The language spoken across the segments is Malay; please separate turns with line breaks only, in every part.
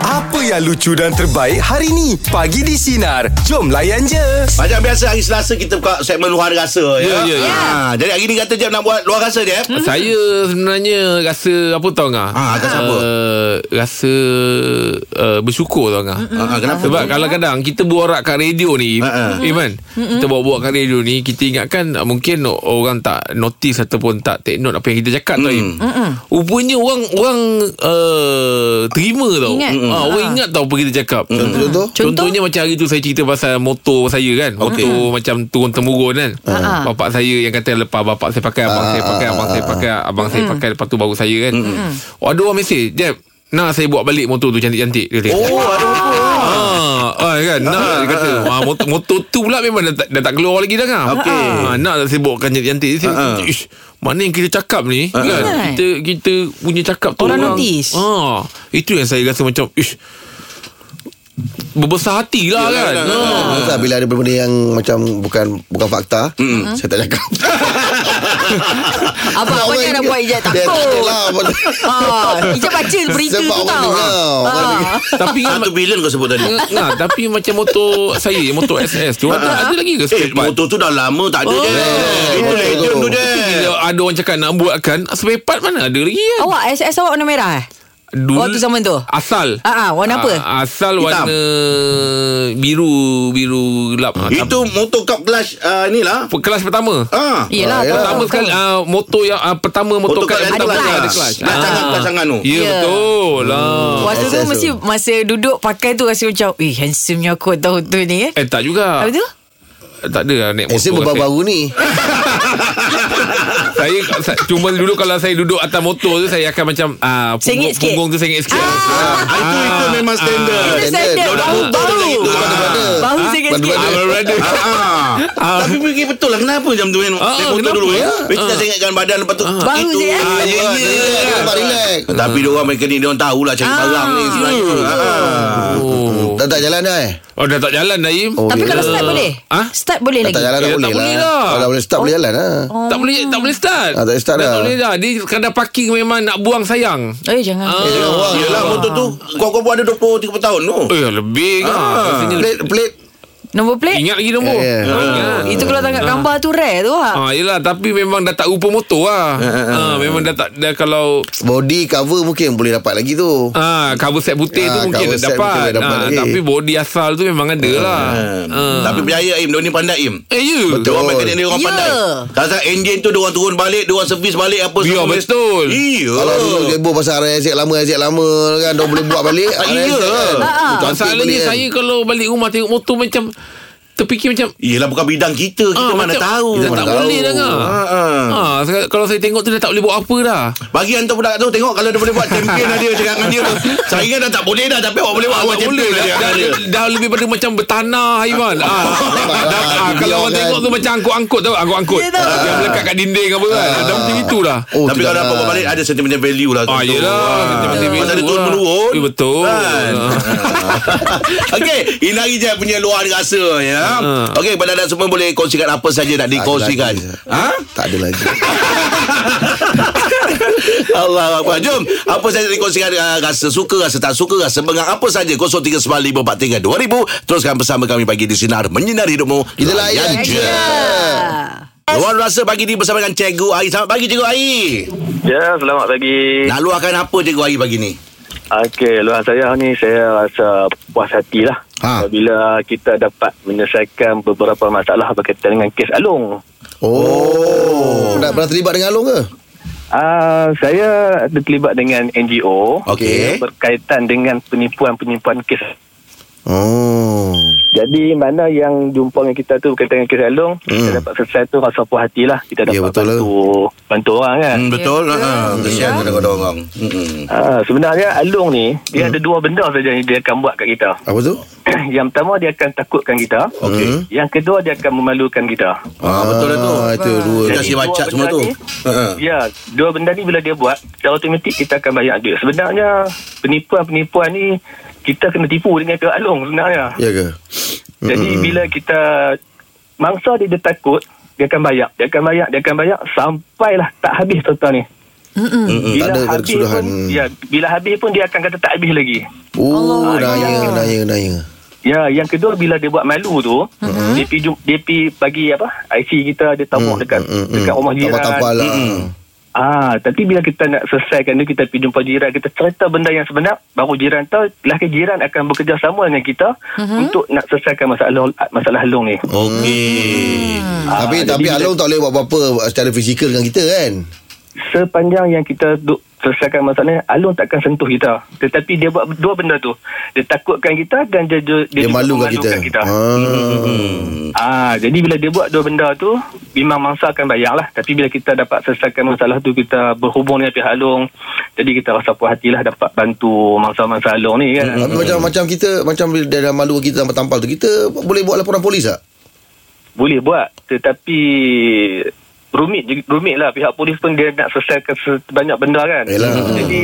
Apa yang lucu dan terbaik hari ni? Pagi di Sinar. Jom layan je.
Macam biasa hari Selasa kita buka segmen luar rasa ya.
Ya, ya, Hmm. ya.
Ha, jadi hari ni kata jam nak buat luar rasa dia. eh?
Ah, Saya sebenarnya rasa apa tau ngah?
Ah, rasa apa?
Uh, rasa uh, bersyukur tau ngah.
Ha, ha, kenapa?
Sebab kadang-kadang kita borak kat radio ni,
Ha, ha.
Iman, kita borak-borak kat radio ni, kita ingatkan ah, mungkin orang tak notice ataupun tak take note apa yang kita cakap tau.
Hmm.
Im. Rupanya orang orang uh, terima tau.
Ingat.
Ah, orang ingat tau apa kita cakap.
Hmm. Contoh?
Contohnya macam hari tu saya cerita pasal motor saya kan. Motor macam turun temurun kan.
Ah.
Bapak saya yang kata lepas bapak saya pakai, abang saya pakai, abang saya pakai, abang saya pakai lepas tu baru saya kan. Oh, ada orang mesej, "Jap, nak saya buat balik motor tu cantik-cantik." Dia kata.
Oh, ada apa?
Ah, ah kan nak dia kata ah, motor, motor tu pula memang dah, tak- dah tak keluar lagi dah kan.
Okey.
Ah, nak dah sibuk kan cantik-cantik.
Ah, ah.
Uh-huh. Ish, mana yang kita cakap ni uh-huh. kan?
Right.
Kita kita punya cakap tu
Orang notice.
Ah, itu yang saya rasa macam ish berbesar hati lah kan.
lah,
Ah.
Tak, bila ada benda yang macam bukan bukan fakta, mm. saya tak cakap.
Abang apa yang nak buat ijat takut.
Dia lah, tak adalah.
Ah, Ijat baca berita tu
Sebab orang
tau.
dengar, orang
Ah.
Tapi kan
Satu bilion kau sebut tadi.
nah, Ah, tapi macam motor saya, motor SS tu ada, ada lagi
Eh,
ke Oh, spare part?
motor tu dah lama tak ada je. Itu
betul,
legend tu
betul.
je.
Bila ada orang cakap nak buatkan Spare part mana ada lagi kan
Awak SS awak warna merah eh?
Dulu,
Waktu zaman tu?
Asal
Ah, ah, warna apa?
Ah, Asal
Hitam.
warna Biru Biru gelap Ah, tam-
Itu motor cup clutch ah, ni lah.
pe- Kelas pertama
Ha.
Yelah
Ah, ya.
tahu,
Pertama
tahu,
sekali
tahu.
ah, Motor yang ah, Pertama motor,
Motor
kat
kat
pertama
ada
yang
clutch. Rancangan
Ah.
pasangan tu.
Ya
Ya.
betul lah
Waktu tu
SS tu.
mesti masa duduk pakai tu rasa macam Eh handsomenya aku tahun tu ni eh
Eh tak juga
Habis tu
Tak ada lah naik motor
Eh, saya baru-baru ni.
Saya sa- Cuma dulu kalau saya duduk atas motor tu Saya akan macam ah, punggung,
Sengit sikit.
punggung tu sengit sikit
Ah, itu itu memang standard.
Itu
Standard.
standard
Budak
Bahu Bahu Bahu sikit-sikit
Ah, brother.
Ah, ah. Tapi fikir betul lah Kenapa macam tu kan
Ah,
Naik motor
kenapa?
dulu ya
Ah.
Kita sengitkan badan Lepas tu
Baru
itu.
je, eh?
Ah, ya,
Ah,
ya.
relax, Nampak relax.
Tapi dia orang mekanik Dia orang tahulah Cari barang ni sebenarnya
Hmm.
Ah.
oh.
Dah tak jalan dah eh?
oh dah tak jalan Naim
Oh,
Tapi
ya.
kalau start boleh
Ah?
Start boleh
Dah
lagi
tak jalan dah
Eh, tak
boleh
boleh
lah.
lah.
Kalau boleh start boleh jalan lah.
Oh.
Tak boleh tak boleh start.
Ah, tak boleh start
dah.
dah.
Tak boleh dah. Dia kadang parking memang nak buang sayang.
Eh jangan
Ah.
Dia orang.
Yelah motor tu Kau-kau buat ada 20-30 tahun tu
Eh lebih kan. Rasanya
Pelit, pelit.
Nombor plate
Ingat lagi nombor.
Ya, ya.
Ah, ingat.
Itu kalau tangkap gambar tu rare tu lah
Ah yelah tapi memang dah tak rupa motor lah. Ah memang dah tak dah kalau
Body cover mungkin boleh dapat lagi tu.
ah cover set putih tu
Ah,
mungkin
cover
dah
set mungkin
dapat.
dah dapat
Ah,
lagi.
tapi body asal tu memang ada lah.
Ah. Tapi percaya Im Dia ni pandai Im
Eh you.
Dia orang mekanik dia orang
Ya.
pandai Kadang-kadang enjin tu Dia orang turun balik Dia orang servis balik Apa
Biar
semua.
Ya, betul.
Iya
Kalau dulu kebo pasal RSX lama RSX lama kan dia boleh buat balik. kan.
iya.
Ah,
Masalahnya Ah, saya kalau balik rumah tengok motor macam terfikir macam
Yelah bukan bidang kita Kita
ah,
mana
macam,
tahu
Dah tak
mana tahu.
boleh dah ngah.
Ah, ah.
Ah, sekarang- kalau saya tengok tu dah tak boleh buat apa dah.
Bagi hantar budak tu Tengok kalau dia boleh buat Champion lah dia Cakap dengan dia tu Saya ingat dah tak boleh dah Tapi awak boleh buat Awak
Awak Ah, boleh
champion lah
dah,
dia
dah, dah, dah lebih pada macam bertanah Haiwan ah, dah, dah, ah,
dia
Kalau orang
kan.
tengok tu macam angkut-angkut tau Angkut-angkut
Ya, tahu.
Yang melekat kat dinding apa kan
Ah.
Dah macam itu dah
Oh,
Tapi
tu
kalau
jangan.
dapat buat balik Ada sentimental value lah
Ah, yelah
Pasal dia turun menurun
Ya betul
Kan?
Ah.
Okey, Inari je punya luar rasa ya.
Ah.
Okey, pada anda semua boleh kongsikan apa saja nak dikongsikan.
Ha? Tak ada lagi.
Allah Akbar. Jom, apa saja dikongsikan uh, rasa suka, rasa tak suka, rasa bengang apa saja 0395432000 teruskan bersama kami pagi di sinar menyinar hidupmu.
Kita layan je.
Ah.
Luar rasa pagi ni bersama dengan Cikgu Ai. Selamat pagi Cikgu Ai.
Ya, selamat pagi.
Nak luahkan apa Cikgu Ai pagi ni?
Okey, luar saya ni saya rasa puas hati lah.
Ha.
Bila kita dapat menyelesaikan beberapa masalah berkaitan dengan kes Alung.
Oh, nak pernah terlibat dengan Along ke?
Ah, saya terlibat dengan NGO
Okey.
berkaitan dengan penipuan-penipuan kes.
Oh.
Jadi mana yang jumpa dengan kita tu berkaitan dengan kes Alung, hmm. kita dapat selesai tu rasa puas hati lah. Kita dapat
Ya, betul lah.
bantu, bantu orang kan.
Hmm, betul.
Ya.
Ha, kesian kepada orang. Hmm.
Ah, sebenarnya Alung ni
Hmm.
dia ada dua benda saja yang dia akan buat kat kita.
Apa tu?
yang pertama dia akan takutkan kita.
Okey.
Hmm.
Yang kedua dia akan memalukan kita.
Ah, betul lah tu.
Ah, Itu dua.
Kita
Jadi,
kasih baca
dua
semua
benda
tu.
ni-
Ha.
Ya, dua benda ni bila dia buat, secara automatik kita akan bayar duit. Sebenarnya penipuan-penipuan ni kita kena tipu dengan ke alung sebenarnya.
Ya ke?
hmm. Jadi bila kita mangsa dia, dia takut, dia akan bayar, dia akan bayar, dia akan bayar sampailah Mm, tak habis total ni.
Hmm,
Mm-mm, tak ada kesudahan.
pun, ya, bila habis pun dia akan kata tak habis lagi.
Oh,
Allah.
naya, naya, naya.
Ya, yang kedua bila dia buat malu tu, mm-hmm. dia pi jum- dia pi bagi apa? IC kita dia tabung mm, dekat
Hmm,
mm, dekat rumah Hmm. jiran.
Tapal-tapal lah.
Mm-mm. Ah, tapi bila kita nak selesaikan tu kita pi jumpa jiran, kita cerita benda yang sebenar, baru jiran tahu, lelaki jiran akan bekerja sama dengan kita mm-hmm. untuk nak selesaikan masalah masalah long ni.
Okey.
Ah,
Tapi
jadi
tapi
bila-
Along tak boleh buat apa-apa secara fizikal dengan kita kan.
sepanjang yang kita duk selesaikan masalah ni, Alun takkan sentuh kita tetapi dia buat dua benda tu dia takutkan kita dan dia dia,
Dia,
juga
malukan kita. Ha.
kita. Hmm.
Ah.
Ah, jadi bila dia buat dua benda tu memang mangsa akan bayar lah tapi bila kita dapat selesaikan masalah tu kita berhubung dengan pihak Alung jadi kita rasa puas hatilah dapat bantu mangsa-mangsa Alung ni kan
Tapi macam macam kita macam bila dia dah malu kita tanpa tampal tu kita boleh buat laporan polis tak?
boleh buat tetapi rumit je- rumit lah pihak polis pun dia nak selesaikan banyak benda kan
Yalah.
jadi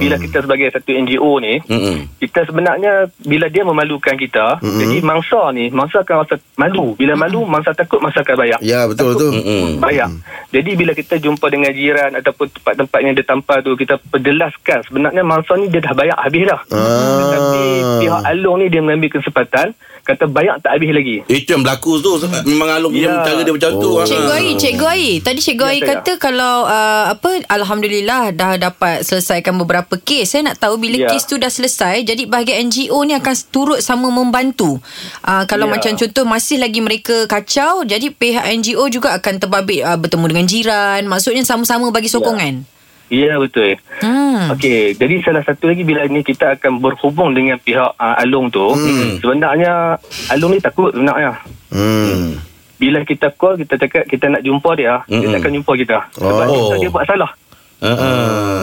bila kita sebagai satu NGO ni
Mm-mm.
kita sebenarnya bila dia memalukan kita mm-hmm. jadi mangsa ni mangsa akan rasa malu bila malu mangsa takut mangsa akan bayar
Ya betul tu.
Mm-mm.
bayar jadi bila kita jumpa dengan jiran ataupun tempat-tempat yang dia tampar tu kita perjelaskan sebenarnya mangsa ni dia dah bayar habis dah
Ah.
tetapi Hmm. pihak Along ni dia mengambil kesempatan kata bayar tak habis lagi
Itu yang berlaku tu Memang Alung punya
Ya.
cara dia macam tu ah.
Oh.
Cikgu Ai, Cikgu Ai. Tadi Cikgu
Ya,
Ai
saya.
kata kalau uh, apa alhamdulillah dah dapat selesaikan beberapa kes. Saya nak tahu bila
Ya.
kes tu dah selesai, jadi bahagian NGO ni akan turut sama membantu. Uh, kalau
Ya.
macam contoh masih lagi mereka kacau, jadi pihak NGO juga akan terbabit uh, bertemu dengan jiran. Maksudnya sama-sama bagi sokongan.
ya betul
Hmm.
Okey, jadi salah satu lagi bila ni kita akan berhubung dengan pihak uh, Along tu. Hmm. Sebenarnya Along ni takut sebenarnya.
Hmm.
Bila kita call kita cakap kita nak jumpa dia, hmm. dia takkan jumpa kita. Sebab
Oh.
kita dia buat salah.
Ah,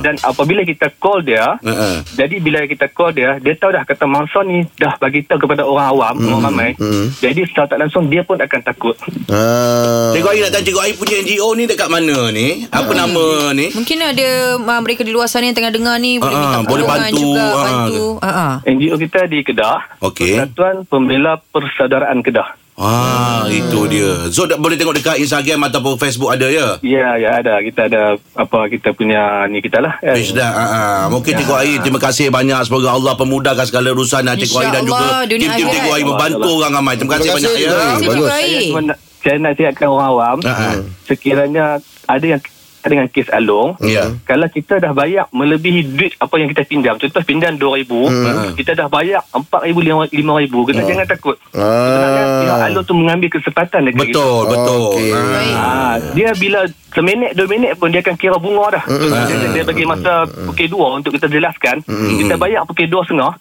Dan apabila kita call dia,
ah. Ah, ah.
jadi bila kita call dia, dia tahu dah kata mangsa ni dah bagi tahu kepada orang awam, hmm. orang ramai. Hmm. Jadi secara tak langsung dia pun akan takut.
Ah.
Cikgu Ai nak tanya Cikgu Ai punya NGO ni dekat mana ni? Apa nama ni?
Mungkin ada uh, mereka di luar sana yang tengah dengar ni boleh
Ah,
minta
ah, boleh
pertolongan
bantu,
juga,
ah.
bantu. Ah, ah.
NGO kita di Kedah,
Okey.
Persatuan Pembela Persaudaraan Kedah.
Ah, itu dia. So dah boleh tengok dekat Instagram ataupun Facebook ada ya.
Ya, ya ada. Kita ada apa kita punya ni kita lah. kan.
Page dah. Ah, ah. Mungkin Cikgu Ai terima kasih banyak semoga Allah pemudahkan segala urusan ah, Cikgu Ai dan juga
InsyaAllah, dunia
tim-tim
akhirat.
Cikgu Ai membantu orang ramai. Terima kasih
Terima
banyak
kasih,
ya.
Cikgu Ai.
Terima kasih,
Bagus.
Cikgu Ai.
Saya cuma nak, saya nasihatkan orang awam
Ha-ha.
sekiranya ada yang dengan kes alung
Ya.
kalau kita dah bayar melebihi duit apa yang kita pinjam contoh pinjam RM2,000
Hmm.
kita dah bayar RM4,000 RM5,000 kita
Ah.
jangan takut sebenarnya pihak alung tu mengambil kesempatan dekat kita
Oh,
Betul, betul.
Okey.
Ah.
Baik.
Ha, dia bila seminit dua minit pun dia akan kira bunga dah. Dia, dia, dia bagi masa pukul dua untuk kita jelaskan. Kita bayar pukul dua setengah.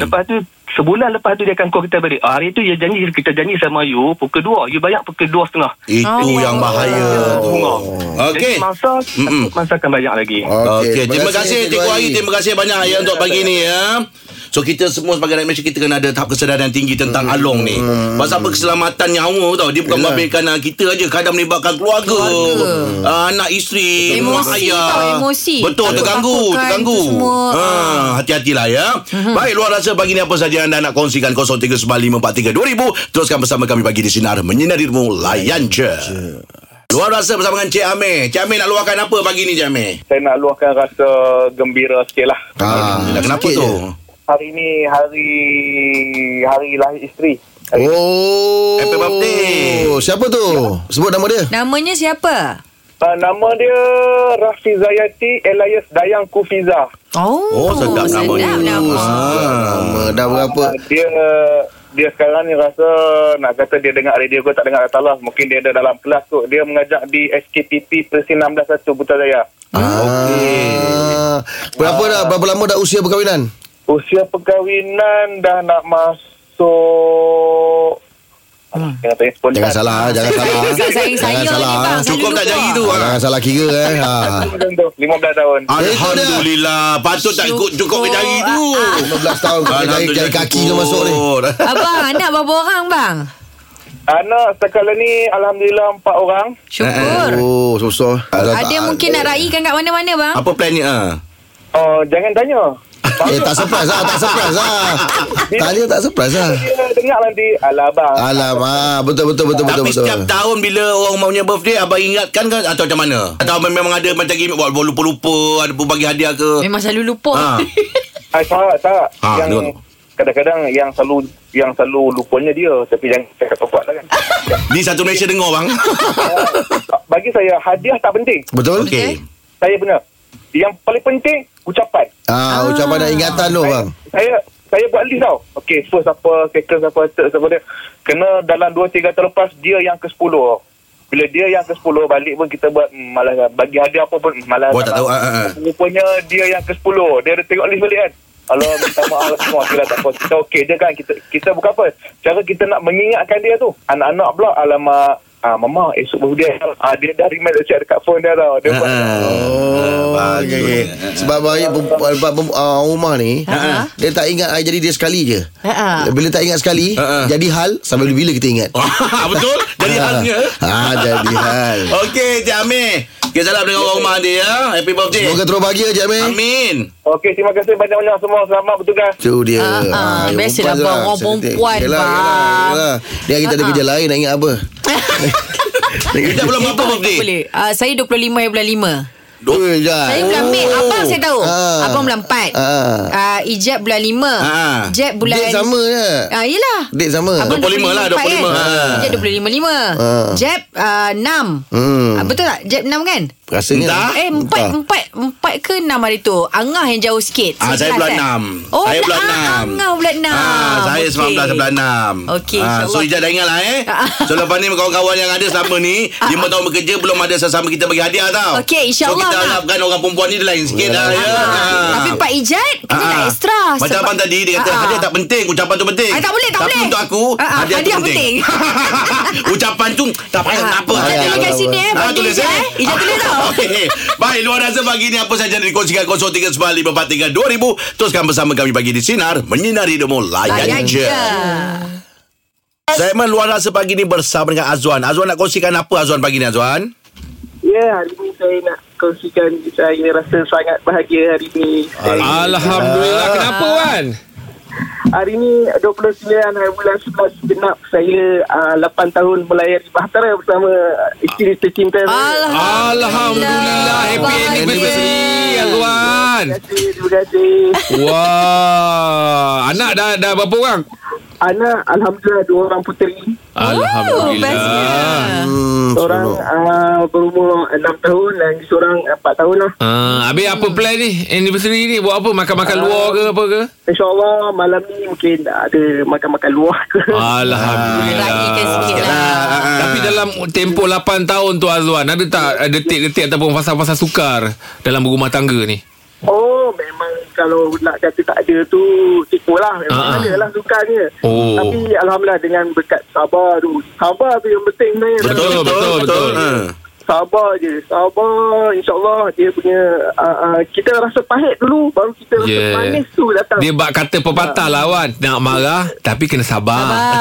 Lepas tu sebulan lepas tu dia akan call kita balik. Ah, hari tu dia janji kita janji sama you pukul dua. You bayar pukul dua setengah.
Itu
Oh.
yang bahaya.
Kira
tu.
Bunga.
Okey.
Jadi masa
Mm-mm.
masa akan bayar lagi.
Okey, terima kasih Cikgu Ai. Terima kasih banyak ya untuk pagi ni ya. So kita semua sebagai rakyat Malaysia kita kena ada tahap kesedaran tinggi tentang along ni. Pasal apa keselamatan nyawa tau. Dia bukan membabitkan ah, kita aja kadang melibatkan keluarga, ah, anak isteri,
Emosi
mak ayah.
tau, emosi.
Betul
Takut
terganggu,
takutkan
terganggu.
tu semua. Hmm.
Ha, hati-hatilah ya. Baik luar rasa pagi ni apa saja anda nak kongsikan 0395432000 teruskan bersama kami pagi di sinar menyinari rumah layan je. Luar rasa bersama dengan Cik Amir. Cik Amir nak luahkan apa pagi ni Cik Amir?
saya nak luahkan rasa gembira sikit lah.
Ah,
Kenapa
sikit
tu?
je.
Hari ni hari hari lahir isteri.
Oh.
Happy birthday.
Siapa tu? Sebut nama dia.
Namanya siapa?
Uh, nama dia Rafi Zayati Elias Dayang Kufiza.
Oh,
Oh, sedap nama dia.
nama.
Ah, dah berapa?
Uh, dia dia sekarang ni rasa nak kata dia dengar radio ke tak dengar kata lah. Mungkin dia ada dalam kelas kot. Dia mengajak di SKPP Persin 161 Putrajaya.
Ah. Berapa dah berapa lama dah usia perkahwinan?
Usia perkahwinan dah nak masuk Hmm.
Jangan salah, ah, jangan salah. ah.
Agak sayang saya ni
Jangan salah.
bang
ah.
Selalu
Cukup tak
lupa.
jari tu?
Jangan salah kira eh. Ha.
15 tahun.
Ah. Eh,
Alhamdulillah. Patut tak ikut cukup ke jari tu.
15 Ah, tahun kena jari, jari kaki tu masuk ni.
Abang anak berapa orang bang?
Anak sekali ni Alhamdulillah empat orang
Syukur
Oh, susah.
Ada Ah, mungkin nak raikan kat mana-mana bang
Apa plan ni? ah?
Oh jangan tanya
Eh, tak surprise lah. Tak surprise lah. Tanya tak surprise lah.
Dia ingat nanti Alah abang
Ah.
Alamak Betul betul betul betul
Tapi
betul.
setiap tahun bila orang maunya birthday Abang ingatkan ke Atau macam mana Atau abang memang ada macam gimmick Buat buat lupa-lupa Ada bagi hadiah ke
Memang selalu lupa
Ha.
Ah, salah, salah.
Ah,
yang
betul.
kadang-kadang yang selalu yang selalu lupanya dia tapi jangan cakap kuat lah kan.
Ni satu Malaysia dengar bang
Ah, Bagi saya hadiah tak penting.
Betul
Okey
Saya benar. Yang paling penting ucapan.
Ah, ucapan dan ingatan tu bang.
Saya saya buat list tau. Okey, first apa, second apa, third apa dia. Kena dalam 2 3 tahun lepas dia yang ke-10. Bila dia yang ke-10 balik pun kita buat hmm, malas lah. bagi hadiah apa pun hmm, malas.
Buat tak tahu, ah, ah, ah.
Rupanya dia yang ke-10. Dia ada tengok list balik kan. Kalau minta maaf lah semua kita tak apa. Kita okey je kan. Kita kita bukan apa. Cara kita nak mengingatkan dia tu. Anak-anak pula alamak Ah, mama esok birthday ah, dia dah remind dia dekat phone dia
Ah,
tau. Dia buat
Oh, okay, okay. Sebab baik uh, rumah ni
Ha.
Dia tak ingat ah, Jadi dia sekali je
Ha.
Bila tak ingat sekali
Ha.
Jadi hal Sampai bila kita ingat
Oh,
Betul Jadi halnya
ah, Jadi hal
Okey Cik Amir Kita salam dengan orang rumah dia ya. Happy birthday
Semoga terus bahagia Cik Amir
Amin
Okey, terima kasih banyak-banyak semua. Selamat bertugas.
Itu dia
Ah,
ya
ah.
yang
Biasalah,
perempuan tu
bang. Orang
sensitif.
perempuan,
lah. Yelah,
bang.
yelah, yelah. Dia kita ada
Ah, ah.
kerja lain Nak ingat apa
Kita belum apa
Tak
birthday
boleh. Uh, saya 25 yang bulan 5.
Dua jam
Saya bulan Mei.
Oh.
Abang saya tahu.
Ah.
Abang bulan 4.
Ah.
Uh, Ijab bulan 5.
Ah.
Jeb bulan...
Ha. Date sama je
Ah, yelah.
Date sama
Abang
25 lah, 25.
Kan?
Ah.
Ijab 25.
Ah.
Jeb uh, 6.
Hmm.
Ah, betul tak? Jeb 6 kan?
Rasanya
Ah,
lah.
Entah.
Eh, empat, empat, empat ke enam hari tu? Angah yang jauh sikit.
Ah, saya
Sebelas,
bulan
eh?
enam.
Oh,
saya bulan
ah,
enam.
Angah bulan enam.
Ah, saya
Okey.
19 bulan enam.
Okey,
Ah, so
insyaAllah.
Ijaz dah ingat lah eh.
Ah.
So lepas ni kawan-kawan yang ada selama ni, 5 tahun bekerja belum ada sesama kita bagi hadiah tau. So
Okey, insyaAllah,
kita
Mak.
harapkan orang perempuan ni dia lain sikit lah ya.
Ah, Tapi Pak Ijat Kena
Ah,
tak
ah.
ekstra
Macam
sebab-
abang tadi Dia kata
Ah, ah.
hadiah tak penting Ucapan tu penting
Ah, tak boleh, tak
Tapi
boleh.
untuk aku
Ah, ah,
Hadiah,
hadiah
tu penting, Ucapan tu Tak payah
Ah,
tak apa
Ijat
Hadiah.
tulis kat sini eh
Ah,
Bagi
tulis
Ijat
eh.
eh Ijat tulis tau
Okey. Baik, luar rasa pagi ni apa saja yang dikongsikan 0395432000. Teruskan bersama kami pagi di Sinar. Menyinari hidupmu.
Layan
Layan je.
je
Segmen luar rasa pagi ni bersama dengan Azwan. Azwan nak kongsikan apa Azwan pagi ni Azwan?
Ya, hari ini saya nak kongsikan saya rasa sangat bahagia hari ini.
Ah.
Alhamdulillah. Kenapa Wan?
Hari ini 29 hari bulan 11 genap saya uh, 8 tahun melayari bahtera bersama isteri tercinta saya.
Alhamdulillah. Happy
Bahagia.
anniversary Azwan.
Terima kasih, terima kasih.
Wah, anak dah dah berapa orang?
Anak, Alhamdulillah dua orang puteri.
Alhamdulillah.
Hmm,
Seorang uh, berumur 6 tahun dan seorang 4 tahun lah.
Ah, habis apa plan ni? Anniversary ni buat apa? Makan-makan
Ah.
luar ke apa ke?
InsyaAllah malam ni mungkin ada makan-makan luar ke.
Ah, Alhamdulillah.
Raihkan sikit lah
Ah.
Tapi dalam tempoh 8 tahun tu Azwan Ada tak eh, detik-detik ataupun fasa-fasa sukar Dalam berumah tangga ni?
Oh memang kalau nak kata tak ada tu tipu lah memang
Ah.
ada lah sukanya
Oh.
tapi Alhamdulillah dengan berkat sabar tu sabar tu yang penting sebenarnya
Betul, betul, betul.
Hmm.
sabar je sabar insyaAllah dia punya uh, uh, kita rasa pahit dulu baru kita rasa
Yeah.
manis tu
Ya.
datang
Dia bak kata pepatah lah Wan Nak marah tapi kena sabar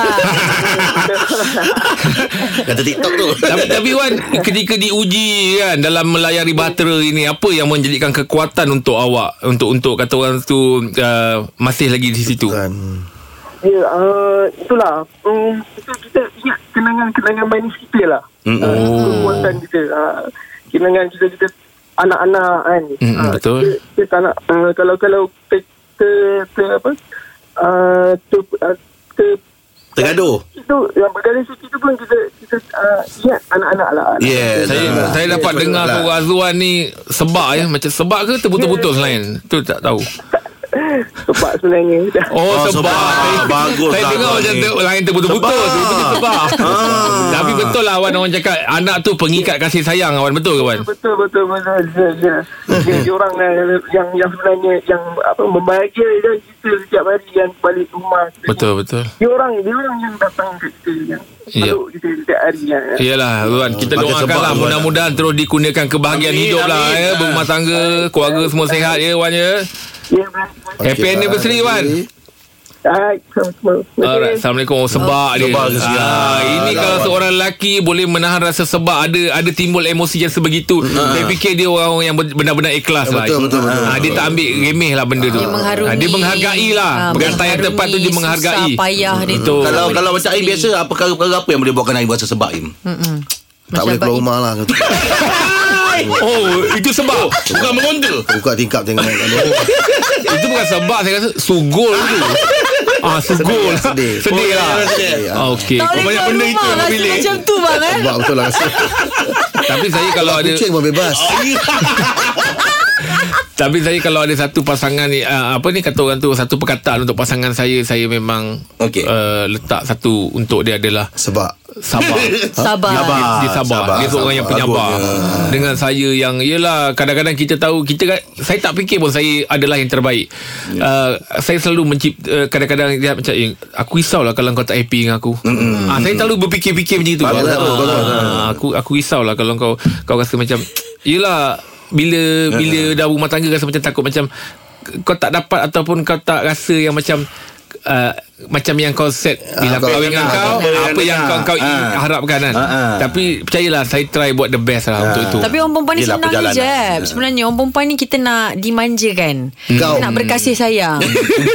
Kata TikTok tu.
tapi, tapi Wan Ketika diuji kan Dalam melayari bahtera ini Apa yang menjadikan kekuatan untuk awak Untuk untuk kata orang tu uh, Masih lagi di situ
Ya, uh, itulah. Um, kita, kita ingat kenangan-kenangan manis kita lah.
Mm-mm.
Uh, itu kekuatan kita. Uh, kenangan kita, kita anak-anak kan.
Mm-mm,
Ah,
betul.
Kita, kita tak nak, uh, kalau, kalau ter, ter, ter, apa, uh, ter, uh, ter,
Tergaduh.
itu yang bergaris itu pun kita kita uh, ingat anak-anak lah.
Yeah.
Saya
Ah.
saya dapat
betul
dengar
lah.
kau Azwan ni Sebab ya Macam sebab ke terputus-putus lain Tu tak tahu
Sebab sebenarnya. Dah.
Oh,
Oh,
oh
sebab.
sebab.
Bagus
Saya
lah
dengar
kau
macam
ni.
ter, lain terputus-putus.
Sebab. Ah.
Sebab. sebab. Tapi betul lah Wan orang cakap anak tu pengikat kasih sayang Wan betul ke Wan?
Betul betul betul. Dia, dia, dia, dia orang eh, yang yang sebenarnya yang apa membahagia dan kita setiap hari yang balik rumah.
Betul betul.
Dia orang dia orang yang datang kat kita yang
Ya.
peluk kita setiap hari ya. yang
Iyalah Wan kita
Pakai
doakan
sebab,
lah
Wan.
mudah-mudahan terus dikurniakan kebahagiaan
Amin,
hidup lah
amin.
ya berumah tangga keluarga semua sehat ya Wan ya.
ya,
Happy anniversary Wan.
Hai, sama-sama.
Alright, Assalamualaikum. Oh, sebab dia.
Sebab dia.
Ah, ini
lah.
Alamak.
kalau seorang lelaki boleh menahan rasa sebab ada ada timbul emosi yang sebegitu. Saya fikir dia orang yang ber- benar-benar ikhlas lah.
Ah, Betul, betul, betul.
Ah, dia tak ambil remeh lah benda tu.
Dia mengharungi.
Ah, dia menghargai lah.
Ah,
Perkataan yang tepat tu dia
mengharungi,
menghargai.
Susah payah dia tu.
Betul.
Kalau
Boleh
kalau macam Aim
sendiri.
biasa apa perkara-perkara apa yang boleh buatkan Aim rasa sebab Aim?
Mm-mm.
Tak boleh
Macam
keluar rumah lah
Oh, itu sebab.
Bukan mengonda.
Buka tingkap tengok
itu bukan sebab saya rasa sugul tu. Ah, sugul.
Sedih, sedih.
Sedih lah.
Sedih, ah.
Ah, Okey.
Tak boleh
Banyak
keluar
benda
rumah
itu
Rasa
pilih.
macam tu bang eh
Sebab betul lah rasa
Tapi saya kalau ada
Kucing pun bebas
Oh, Tapi saya kalau ada satu pasangan ni uh, apa ni kata orang tu satu perkataan untuk pasangan saya saya memang
Okey.
uh, letak satu untuk dia adalah
Sebab
sabar.
Sabar
Dia, dia sabar.
sabar,
sabar. Dia seorang
sabar.
yang penyabar.
Bagus.
Dengan saya yang yelah kadang-kadang kita tahu kita kan- saya tak fikir pun saya adalah yang terbaik. Yeah. Uh, saya selalu mencipta uh, kadang-kadang dia macam eh, aku risaulah kalau kau tak happy dengan aku. Mm-hmm. Uh, saya selalu berfikir-fikir macam itu.
Bagus,
Ah,
bagus, bagus.
ah, aku aku risaulah kalau kau kau rasa macam yelah bila bila dah rumah tangga rasa macam takut macam kau tak dapat ataupun kau tak rasa yang macam Uh, macam yang kau set bila
Ah,
kau
kau-
kahwin dengan
ah,
kau
kau-
apa yang kau kau
ah.
harapkan kan
Ah, ah.
tapi percayalah saya try buat the best lah untuk itu
Tapi orang perempuan ni
Yelah,
senang je
perjalanan.
Jeb Sebenarnya orang perempuan ni kita nak dimanjakan
Kau.
Kita nak berkasih
Hmm.
sayang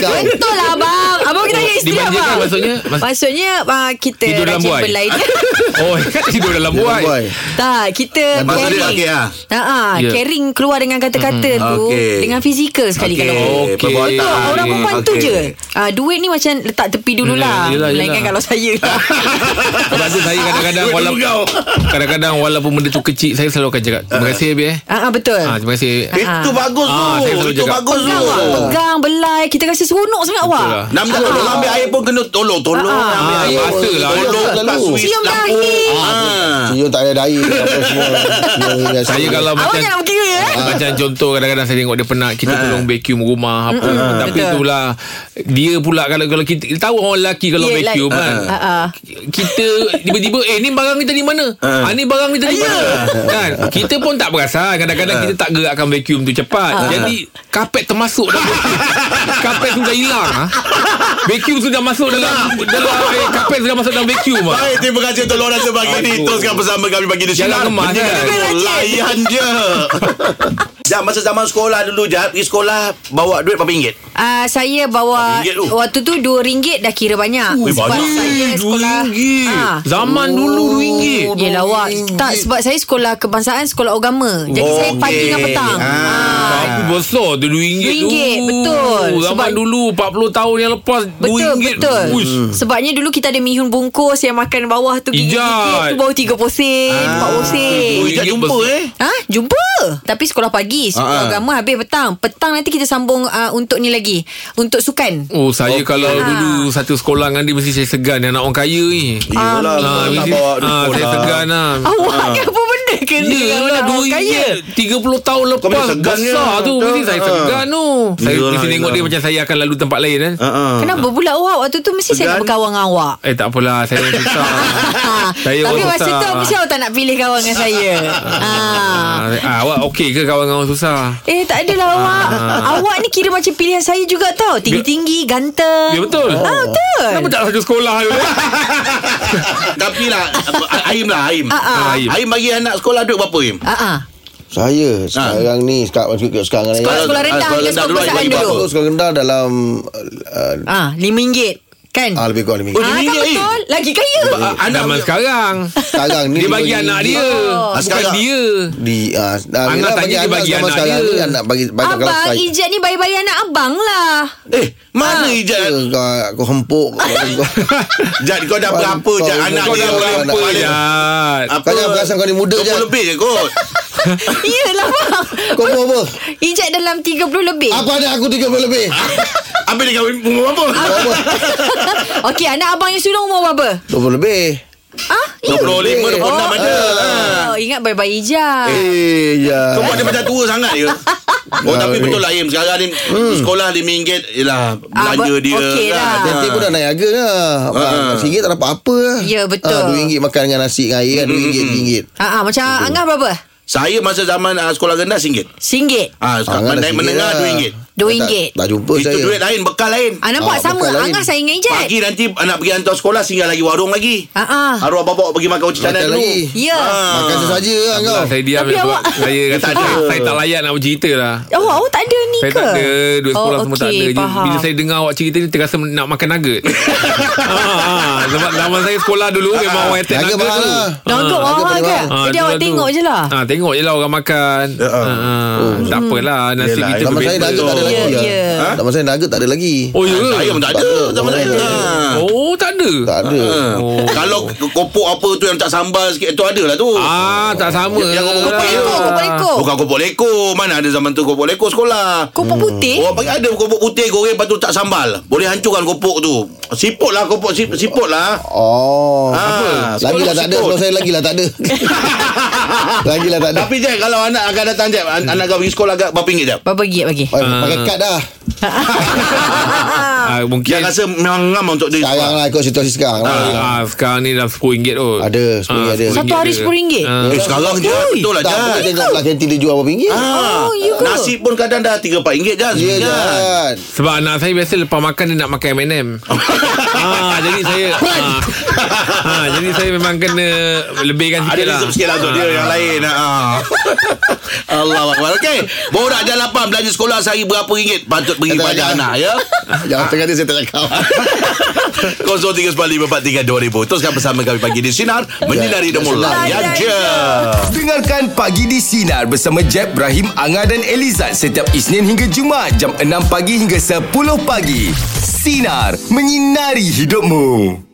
Kau.
Betul lah abang Abang kita tanya isteri
dimanjakan
abang
maksudnya? Mas-
Maksudnya ah, Kita
Tidur dalam
rajin
buai.
berlainan
oh kan tidur dalam
Buat
buai
Tak, kita
Masa dia okey
caring.
ah.
Ha
Ya. Hmm,
yeah. caring keluar dengan kata-kata mm. tu
Okey.
dengan fizikal sekali
Okey.
okay. kalau
Okey.
Okey.
Betul, orang
Okey.
perempuan tu je. Ah duit ni macam letak tepi dululah.
Hmm, yelah, yelah.
Mm, Melainkan kalau saya lah.
Sebab tu saya kadang-kadang
Duit
walaupun
dulu
kadang-kadang walaupun benda tu kecil saya selalu akan cakap terima kasih Abi eh.
Ah ah, betul.
Ah terima kasih.
Ah,
Itu bagus tu.
Ah, saya selalu
Itu
cakap.
bagus tu.
Pegang awak, pegang belai kita rasa seronok sangat awak.
lah.
Nak minta tolong ambil air pun kena tolong tolong
Ah, ah.
ambil
Ah,
air.
bahasa lah.
Tolong
Lalu.
tak suis
Cium
lampu.
dahi.
Ah.
Senyum tak payah dahi Apa semua
Saya kalau
Awak
macam Ah.
jangan berkira eh.
macam contoh kadang-kadang saya tengok dia penat kita tolong vacuum rumah apa tapi
betul.
itulah dia pula kalau kalau kita tahu orang lelaki kalau
Yelah.
vacuum kan
Ah, ah.
kita tiba-tiba eh ni barang ni tadi mana? Ha. Ah, ni barang ni tadi mana? Kan? Kita pun tak perasan kadang-kadang kita tak gerakkan vacuum tu cepat. Jadi kapet termasuk dalam vacuum. kapet sudah hilang ah. Vacuum sudah masuk dalam dalam eh, kapet sudah masuk dalam vacuum ah.
Baik, terima kasih untuk Lorang sebagi ni. Teruskan bersama kami bagi di sinar.
Jangan kemas,
Menyinari
kan?
hidupmu. Layan je. Jam, masa zaman sekolah dulu, Jam. Pergi sekolah, bawa duit berapa ringgit?
Ah saya bawa
RM8 tu.
waktu tu RM2 dah kira banyak.
Ui,
sebab
banyak.
saya sekolah.
RM2.
Ah. Oh,
Zaman dulu RM2.
Yelah awak Tak sebab saya sekolah kebangsaan Sekolah agama Jadi okay. saya pagi dengan petang ah.
Aku besar tu RM2 tu.
RM2, betul.
Zaman
Sebab-
dulu 40 tahun yang lepas
Betul
RM2.
betul Hmm.
Uish.
Sebabnya dulu kita ada mihun bungkus Yang makan bawah tu
Ijat.
Gigit-gigit tu baru 3 posen 4 posen
Oh, Ijat
ringgit
jumpa
besar.
eh.
Ha? Jumpa Tapi sekolah pagi Sekolah
Ah, ah.
agama habis petang Petang nanti kita sambung uh, Untuk ni lagi Untuk sukan
Oh saya okay. kalau
Ah.
dulu satu sekolah dengan dia mesti saya segan anak orang kaya ni.
Yelah,
Ah,
tak
mesti-
bawa duit
ah, saya
sekolah.
segan lah.
Awak ni apa benda kena dengan
Yelah
orang
duit
kaya?
kaya 30 tahun lepas
boleh segan
Besar
ke?
tu
Betul.
Mesti saya
Ha.
segan tu Saya
Yelah,
mesti tengok
yelah.
dia Macam saya akan lalu tempat lain kan
Kenapa pula awak Waktu tu mesti saya nak berkawan dengan awak
Eh tak apalah Saya orang susah Saya
Tapi
orang
masa
susah
tu Mesti awak tak nak pilih kawan dengan saya ah.
Ah, ah, Awak okey ke kawan dengan orang susah
Eh tak adalah awak Awak ni kira macam pilihan saya juga tau Tinggi-tinggi
Ya
Ganteng
betul
Ah betul
Kenapa tak satu sekolah tu
Tapi lah, Aim lah, Aim.
Ah, ah.
Aim.
Aim bagi anak sekolah duit berapa, Aim?
Ah, ah.
Saya
Ah.
Sekarang ni Sekarang sekarang ni
Sekolah, sekolah
Ah, sekolah
rendah ke
rendah
sekolah
dulu,
perasaan
Aim bagi
dulu
berapa?
Sekolah rendah dalam uh,
Ah RM5 Kan
Ah, lebih kurang
Oh,
lebih.
Ah kan
RM5, Aim.
betul Lagi kaya
Ah, Anak
Zaman sekarang
Sekarang ni
Dia bagi anak dia
Oh.
Bukan
Sekarang.
dia
Di ah,
Angah
ah, yelah,
tanya dia bagi
zaman
anak
sekarang
dia.
ni anak bagi banyak kalau
Abang
saya.
Ijat ni bayi-bayi anak abang lah
Eh, mana
Ya,
Ijat?
kau- Kau hempuk
Jad kau dah
Kau-
berapa
kau-
Jad anak
kau
dia
dah
berapa
berapa,
Jad?
ya? Jat
Apa?
Kau jangan perasan kau ni muda je
20 lebih je kot
Yelah bang
Kau umur apa
Ijat dalam 30 lebih
Apa ada aku 30 lebih
Ah.
Habis dia kahwin umur berapa?
Okey anak abang yang sulung umur berapa
20 lebih
Ah, ya.
25, 26 ada.
Oh, ingat bayi-bayi Ijat
Eh
Ah. Kau
ya
buat dia macam tua sangat je Oh
Ah,
tapi
ni.
betul lah Im Sekarang ni Sekolah RM5 Yelah Belanja
ber-
dia kan.
okey lah.
Ah.
Nanti pun dah naik harga lah Abang, RM1 tak dapat apa lah
Ya, betul.
Ah, RM2 makan dengan nasi dengan air kan RM2 RM1
Ah, ah, macam Angah berapa?
Saya masa zaman ah, sekolah rendah RM1
RM1
Ah, sekarang
Ah,
naik
dah RM1
menengah
lah.
RM2
RM2.
Tak, tak jumpa
Itu
saya.
duit lah. lain Bekal lain
Ah, nampak
Ah,
sama.
bukan lain.
Angah saya ingat
Pagi
je.
nanti Nak pergi hantar sekolah Singgah lagi warung lagi
Ah, ah.
Arwah bapak pergi makan uci
Makan
canan dulu
lagi.
Ya.
Ah.
Makan sesaja lah kau.
Lah, saya diam
Tapi
je sebab
awak-
saya rasa
tak ada.
saya, saya tak layak nak bercerita lah.
Oh, awak tak ada ni
Saya
ke?
tak ada Duit sekolah
oh,
semua tak
okey,
ada Jadi,
Faham.
Bila saya dengar awak cerita ni Terasa nak makan nugget ha, ha. Zaman, zaman saya sekolah dulu Memang orang attack
Harga
nugget
mahal
tu
lah.
Nugget
Ah,
mahal
harga
ke?
paling
Ah,
Jadi
tu
awak
lah tu.
tengok je lah.
Ah, tengok je lah orang makan.
Ya, ah.
Ah, ah. Tak apalah nasib
Yelah,
kita
Nama saya
berbeza.
naga tak ada
Ya,
lagi.
ya.
Ha? Nama saya naga tak ada lagi.
Oh ya. ke?
Saya pun tak ada
Tak
Zaman
ada.
saya Ah.
Oh tak ada.
Tak ada.
Oh. Kalau kopok apa tu yang tak sambal sikit tu adalah tu.
Ah tak sama.
Yang
lah.
kopok
Leko, kopok leko.
Bukan kopok leko. Mana ada zaman tu kopok leko sekolah.
Kopok putih?
Orang panggil ada kopok putih goreng lepas tu tak sambal. Boleh hancurkan kopok tu. Siput lah kopok sip, siput lah.
Oh.
Ah,
Lagi lah tak ada. Sebelum saya lagi lah tak ada. Lagi lah tak ada.
Tapi Jack kalau anak akan datang Jack an- Anak kau pergi sekolah agak berapa ringgit Jack?
Berapa gig bagi?
Oh, Pakai kad dah.
Ah, mungkin
Yang rasa memang ngam untuk dia
Sekarang
sekolah.
lah ikut situasi sekarang. lah.
ah, sekarang ni dah RM10 kot.
Ada, RM10
Ah,
ada.
RM10
Satu hari RM10?
Ah.
Eh sekarang je Betul lah
Tak boleh
Jack
tengok lah kantin dia jual berapa ringgit.
Ah,
Oh, you go.
Nasi pun kadang dah RM3-4 Jack
Ya,
sebenarnya.
Jan.
Sebab anak saya biasa lepas makan dia nak makan M&M. ah, jadi saya ah, ah, jadi saya memang kena lebihkan
Ada
sikit lah.
reserve sikit lah untuk dia yang
Ah.
lain. Ha. Allah Akbar. Okey. Borak dah lapan belanja sekolah sehari berapa ringgit patut beri
Kata
pada
ayah.
anak ya.
Jangan tengah dia saya tak cakap.
0395432000. Teruskan bersama kami pagi di sinar menyinari
Ya.
demo layan je.
Dengarkan Pagi di Sinar bersama Jeb, Ibrahim, Anga dan Elizad setiap Isnin hingga Jumaat jam 6 pagi hingga 10 pagi. Sinar, menyinari hidupmu.